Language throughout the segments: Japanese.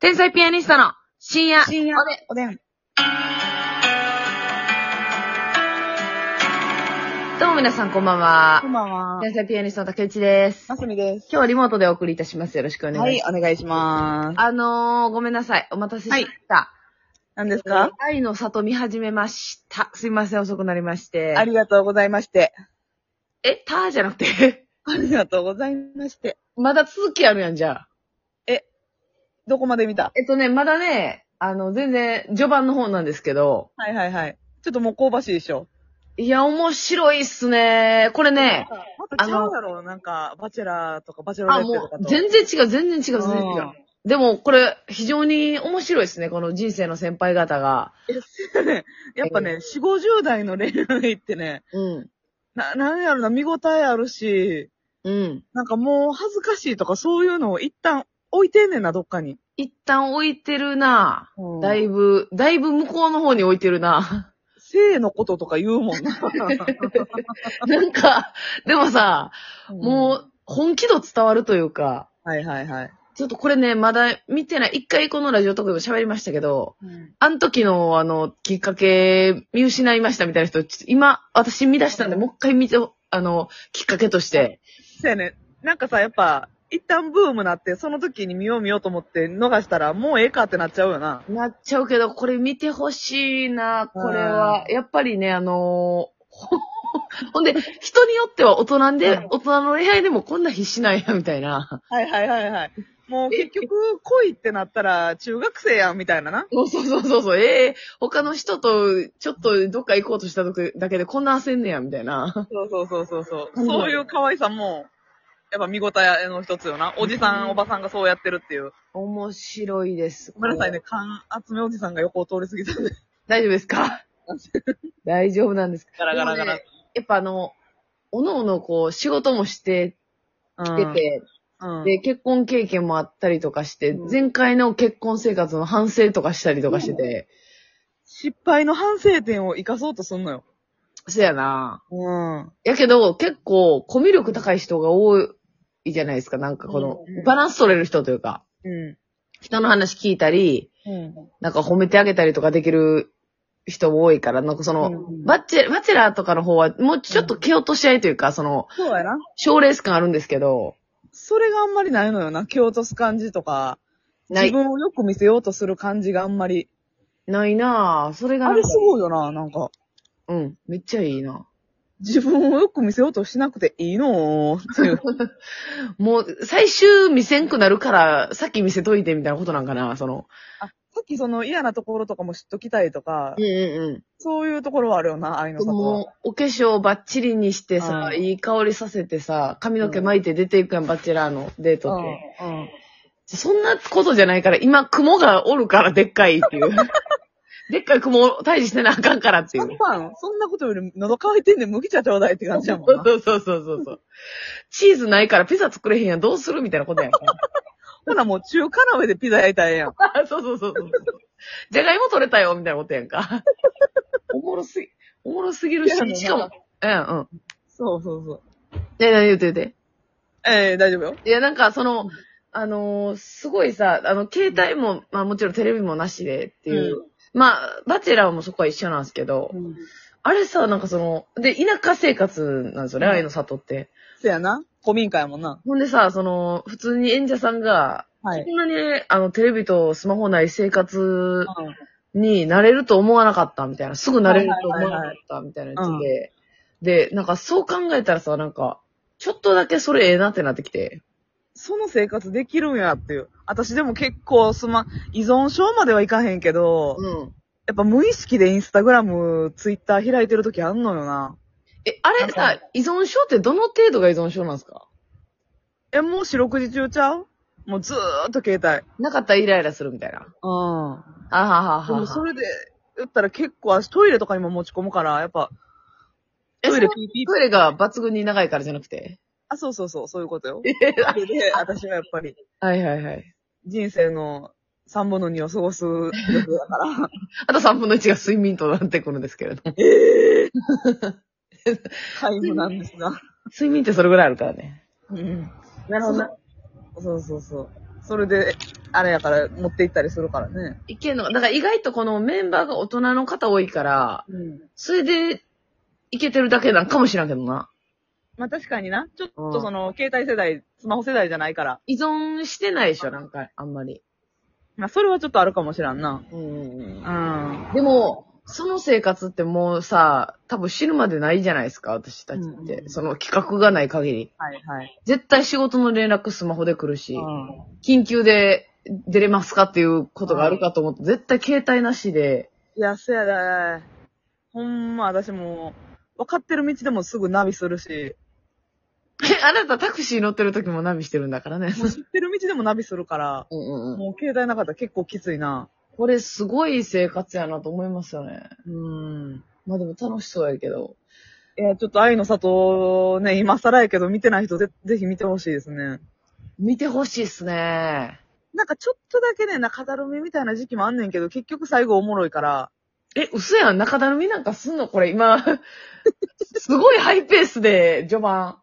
天才ピアニストの深夜深夜おでんおでん。どうも皆さんこんばんはこん。ばんは。天才ピアニストの竹内です。ま今すみです。日はリモートでお送りいたします。よろしくお願はいしいます。、お願いします。あのー、ごめんなさい。お待たせしました。何ですはか愛の里見始めました。すいません、遅くなりまして。ありがとうございまして。え、たーじゃなくてありがとうございまして。 まだ続きあるやん、じゃあ。どこまで見たえっとね、まだね、あの、全然、序盤の方なんですけど、はいはいはい。ちょっともう香ばしいでしょ。いや、面白いっすね。これね、またちゃうだろうなんか、バチェラーとかバチェロレあ、ッテともかう、と。全然違う、全然違う、全然違う。うんでも、これ、非常に面白いですね、この人生の先輩方が。 やっぱね、4、50代の恋愛ってね、うん。な、なんやろな、見応えあるし、うん。なんかもう恥ずかしいとかそういうのを一旦置いてんねんな、どっかに。一旦置いてるなだ大いぶ、だいぶ向こうの方に置いてる な性のこととか言うもんな。なんか、でもさ、 もう、本気度伝わるというか、うん、はいはいはい。ちょっとこれね、まだ見てない。一回このラジオ特でも喋りましたけど、うんあの時の、あの、きっかけ、見失いましたみたいな人、ちょっと今、私見出したんで、もう一回見て、あの、きっかけとして。そうやね。なんかさ、やっぱ、一旦ブームなって、その時に見よう見ようと思って逃したら、もうええかってなっちゃうよな。なっちゃうけど、これ見てほしいな、これは。やっぱりね、あのー ほほんで、人によっては大人うでん、大人の恋愛でもこんな必死なんや、みたいな。はいはいはいはい。もう結局、恋ってなったら、中学生やん、みたいなな。そうそうそうそうそう、ええ他の人と、ちょっとどっか行こうとした時だけでこんな焦んねや、みたいな。そうそうそうそうそう。うんそういう可愛さも、やっぱ見応えの一つよな。おじさん、おばさんがそうやってるっていう。面白いです。ごめんなさいね、缶集めおじさんが横を通り過ぎたんで。大丈夫ですか 大丈夫なんですかガラガラガラでもねやっぱあの、おのおのこう、仕事もしてきてて、うん。うんで、結婚経験もあったりとかして、うん前回の結婚生活の反省とかしたりとかしてて、失敗の反省点を生かそうとすんのよ。そやなうん。やけど、結構、コミュ力高い人が多いじゃないですか。なんかこのうんうん、バランス取れる人というか、う人の話聞いたり、ん。うん。なんか褒めてあげたりとかできる人も多いから、なんかその、うんバッチェ、バチェラーとかの方は、もうちょっと蹴落とし合いというか、その、そうやな。賞レース感あるんですけど、それがあんまりないのよな。蹴落とす感じとか。な自い、分をよく見せようとする感じがあんまり。ないなぁ。それがあなんれかすごいよな、なんか。うん、めっちゃいいな。自分をよく見せようとしなくていいのっていう。もう、最終見せんくなるから、さっき見せといてみたいなことなんかな、その。さっきその嫌なところとかも知っときたいとか、んうんそういうところはあるよな、愛の里は。もう、お化粧バッチリにしてさ、うんいい香りさせてさ、髪の毛巻いて出ていくやん、バッチェラーのデートって。うんうんそんなことじゃないから、今、雲がおるからでっかいって いう。でっかい雲を退治してなあかんからっていシうャ。ンパン、そんなことより喉乾いてんで麦茶ちょうだいって感じやもん な。そうそうそうそうそう。チーズないからピザ作れへんやん、どうするみたいなことやんか。ほなもう中華鍋でピザ焼いたらええやん。 あ そうそうそうそう。じゃがいも取れたよ、みたいなことやんか。おもろすぎ、おもろすぎるいやし、しかも、うんうん。そうそうそう。え、何言うて言うええ大丈夫よ。て。いや、なんかその、あのーすごいさ、あの、携帯も、まあもちろんテレビもなしでっていう。まあ、バチェラーもそこは一緒なんですけど、あれさ、なんかその、で、田舎生活なんですよね、うん愛の里って。せやな。古民家やもんな。ほんでさ、その、普通に演者さんが、はい。こんなに、あの、テレビとスマホない生活うんになれると思わなかったみたいな。すぐなれると思わなかったみたいなやはいつはいはで。で、なんかそう考えたらさ、なんか、ちょっとだけそれええなってなってきて。その生活できるんやっていう。私でも結構スマ、依存症まではいかへんけど、うん。やっぱ無意識でインスタグラム、ツイッター開いてる時あんのよな。え、あれなさ、依存症ってどの程度が依存症なんですかえ、もう四六時中ちゃうもうずーっと携帯。なかったらイライラするみたいな。うん。あはははでもそは。れで、言ったら結構私トイレとかにも持ち込むから、やっぱ、えトイそれレピーピー。トイレが抜群に長いからじゃなくて。あ、そうそうそう、そういうことよ。それで、私はやっぱり、はいはいはい。人生の三分の二を過ごす力だ から。あと3分の1が睡眠となってくるんですけれど。皆無なんですが。 睡眠ってそれぐらいあるからね。うん。なそうそうそう。それで、あれやから持って行ったりするからね。いけんのか。だから意外とこのメンバーが大人の方多いから、うん。それで、いけてるだけなんかもしらんけどな。まあ確かにな。ちょっうんとその、携帯世代、スマホ世代じゃないから。依存してないでしょ、なんか、あんまり。まあそれはちょっとあるかもしらんな。うんうん。までも、その生活ってもうさ、多分死ぬまでないじゃないですか、私たちうんっうんて。うんその企画がない限り。はいはい。絶対仕事の連絡スマホで来るし、うん緊急で出れますかっていうことがあるかと思って、絶対携帯なしで、 いや、せやだ。ほんま、私も、分かってる道でもすぐナビするし、あなたタクシー乗ってる時もナビしてるんだからね。もう知ってる道でもナビするから、うんうんうんもう携帯なかったら結構きついな。これすごい生活やなと思いますよね。うん。まあでも楽しそうやけど。いや、ちょっと愛の里ね、今更やけど見てない人ぜぜひ見てほしいですね。見てほしいっすね。なんかちょっとだけね、中だるみみたいな時期もあんねんけど、結局最後おもろいから、え、嘘やん。中だるみなんかすんのこれ今。 すごいハイペースで、序盤。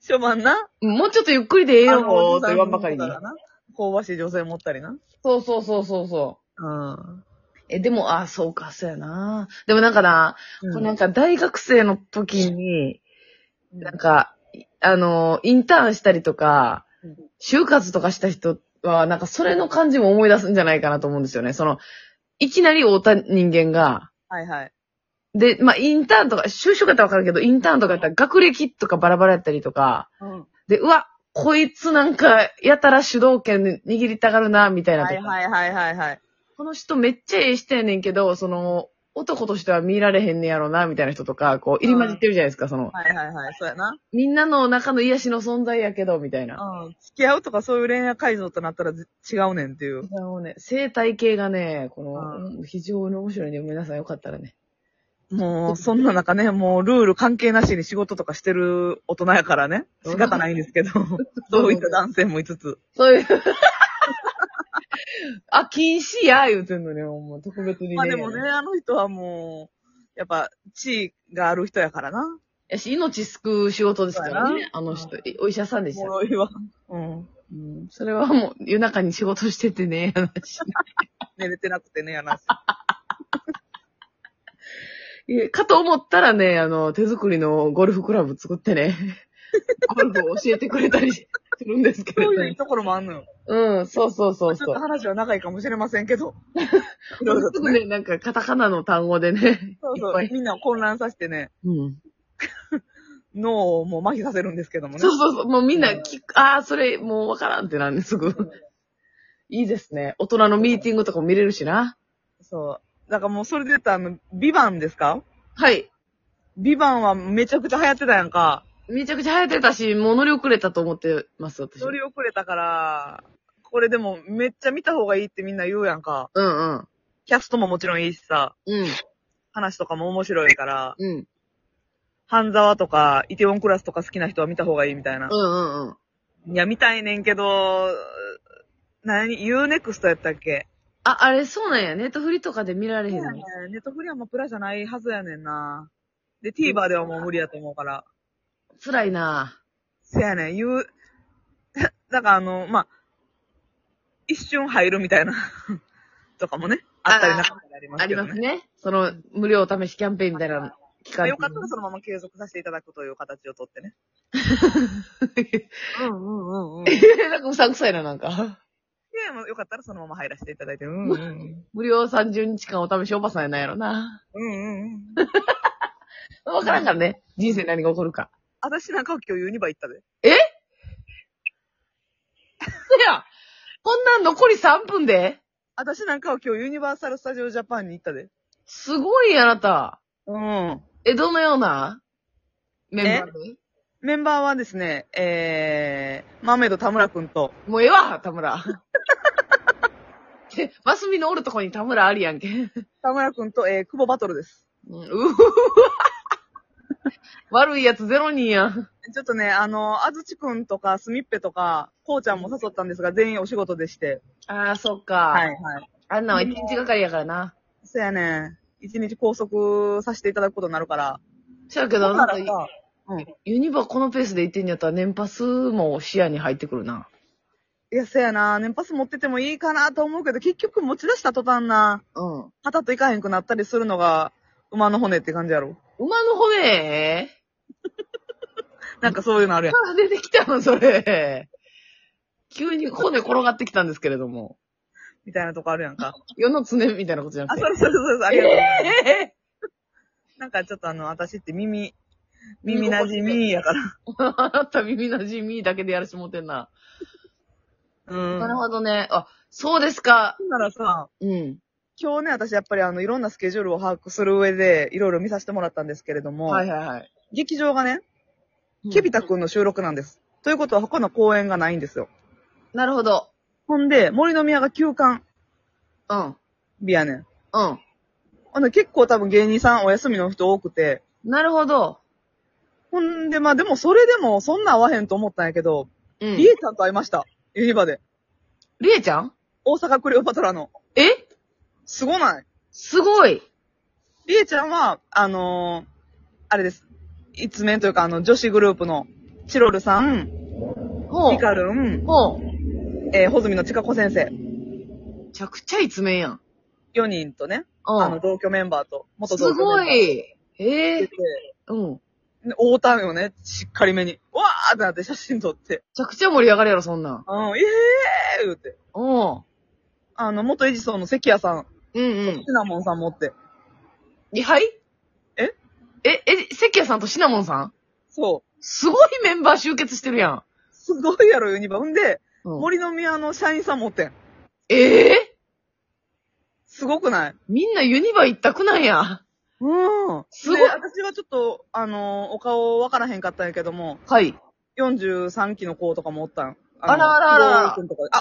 初版な。もうちょっとゆっくりでええよ、もう、と言わんばかりにあのおじさんの。方がな香ばしい女性持ったりな。そうそうそうそうそうん。う。え、でも、あ、そうか、そうやな。でもなんかな、こうなんか、か大学生の時に、なんか、いあの、インターンしたりとか、うん就活とかした人は、なんかそれの感じも思い出すんじゃないかなと思うんですよね。その、いきなり会うた人間が、はいはい。で、まあ、インターンとか、就職やったらわかるけど、インターンとかやったら学歴とかバラバラやったりとか、うん。で、うわ、こいつなんか、やたら主導権握りたがるな、みたいなとはか、いはいはいはいはい。この人めっちゃええ人やねんけど、その、男としては見られへんねやろな、みたいな人とか、こう、入り混じってるじゃないですか、その、はいはいはい。そうやな。みんなの中の癒しの存在やけど、みたいな。うん。付き合うとかそういう恋愛改造となったらぜ違うねんっていう。あのね、生態系がね、こあの、うん非常に面白いね。皆さんよかったらね。もう、そんな中ね、もうルール関係なしに仕事とかしてる大人やからね。仕方ないんです けど。そういった男性もいつつ。そう いう。あ、禁止や、言うてんのね、もう特別にね。まあでもね、あの人はもう、やっぱ、地位がある人やからな。やし、命救う仕事ですからそうやね、あの人。お医者さんでしおたも。ろいわ。うん。うん、それはもう、夜中に仕事しててね、 話。寝れてなくてね、やな。いやかと思ったらね、あの、手作りのゴルフクラブ作ってね、 ゴルフを教えてくれたりするんですけそれうど、いうね。ところもあんのよ。うん、そうそうそうちょそっとう。話は長いかもしれません けど。いろいろすとぐね。ね、 なんかカタカナの単語でね。そういっそぱう。いみんなを混乱させてね、うん。脳をもう麻痺させるんですけどもね。そうそうそう。もうみんな聞く、ああ、それもうわからんってなんですぐ。いいですね。大人のミーティングとかも見れるしな。そう。だからもうそれで言ったら、あの、ビバンですかはい。ビバンはめちゃくちゃ流行ってたやんか。めちゃくちゃ流行ってたし、もう乗り遅れたと思ってます、私。乗り遅れたから、これでもめっちゃ見た方がいいってみんな言うやんか。うんうん。キャストももちろんいいしさ、うん。話とかも面白いから、うん。半沢とか、イテウォンクラスとか好きな人は見た方がいいみたいなう。んうんうん。いや、見たいねんけど、何 ?Unext やったっけあ、あれそうなんや。ネットフリとかで見られへんの。ネットフリはもうプラじゃないはずやねんな。で、TVer ではもう無理やと思うから。辛いなせやねん、言 う、だからあの、まあ、一瞬入るみたいな、 とかもね、あったりなかったりありまあすけりどまね。すね。その、無料お試しキャンペーンみたいな期まあ間。よかったらそのまま継続させていただくという形をとってね。うんうんうん うん。で、 なんかうさんくさいな、なんか。まあよかったらそのまま入らせていただいて、 うんうんうん。無料30日間お試しおばさんやなんやろな。うんうんうん。わからんからね。人生何が起こるか。私なんかは今日ユニバ行ったで。いや、こんなん残り3分で私なんかは今日ユニバーサル・スタジオ・ジャパンに行ったで。すごいあなた。うん。え、どのようなメンバーメンバーはですね、えー、マーメイド田村くんと、でもうええわ、田村。 え、マスミのおるとこに田村ありやんけ。うん田村くんと、えー、久保バトルです。うわ 悪いやつゼロ人やん。ちょっとね、あの、あずちくんとか、すみっぺとか、こうちゃんも誘ったんですが、全員お仕事でして。ああ、そっか。はい、はい。あんなんは一日がかりやからな。そやね、一日拘束させていただくことになるから。そやけど、なんかほんならさうん。ユニバこのペースで行ってんやったら年パスも視野に入ってくるな。いや、そやな。年パス持っててもいいかなと思うけど、結局持ち出した途端な、うん。パタッといかへんくなったりするのが、馬の骨って感じやろ。馬の骨なんかそういうのあるやん。から出てきたの、それ。急に骨転がってきたんですけれども。みたいなとこあるやんか。世の常みたいなことじゃなあ、くそて。れそれそれそれ、ありがとうございます。えなんかちょっとあの、私って耳、耳馴染みやから。ーあ なた耳なじみだけでやるしもてんな。うん。なるほどね。あ、そうですか。ほんならさ、うん。今日ね、私やっぱりあの、いろんなスケジュールを把握する上で、いろいろ見させてもらったんですけれども、はいはいはい。劇場がね、ケビタ君の収録なんです。ということは他の公演がないんですよ。なるほど。ほんで、森の宮が休館うん。日やねん。うん。ほんで、結構多分芸人さんお休みの人多くて、なるほど。ほんで、まあでもそれでもそんな会わへんと思ったんやけど、うん。リエちゃんと会いました。ユニバで。りえちゃん大阪クレオパトラの。えすごないすごい。リエちゃんは、あのーあれです。一面というか、あの、女子グループの、チロルさん、ほうミ。カルン、ほう。えー、ホズミのちかこ先生、めちゃくちゃ一面やん。 4人とね、うん。あの、同居メンバーと、元す同居メンごバー。い。ええ出てうん。めで大田よね、しっかりめに。わーってなって写真撮って。ちゃくちゃ盛り上がるやろ、そんなん。うん、イエーイ言うて。うん。あの、元エジソンの関谷さん、うんうん。シナモンさん持って。いはいええ、え、関谷さんとシナモンさんそう。すごいメンバー集結してるやん。すごいやろ、ユニバ。ほんで、うん、森の宮の社員さん持ってん。ええすごくないみんなユニバ一択なんや。うん。すごいで私はちょっと、あのーお顔わからへんかったんやけども、はい。 43期の子とかもおったん。あらあらあらの黒い君とかあ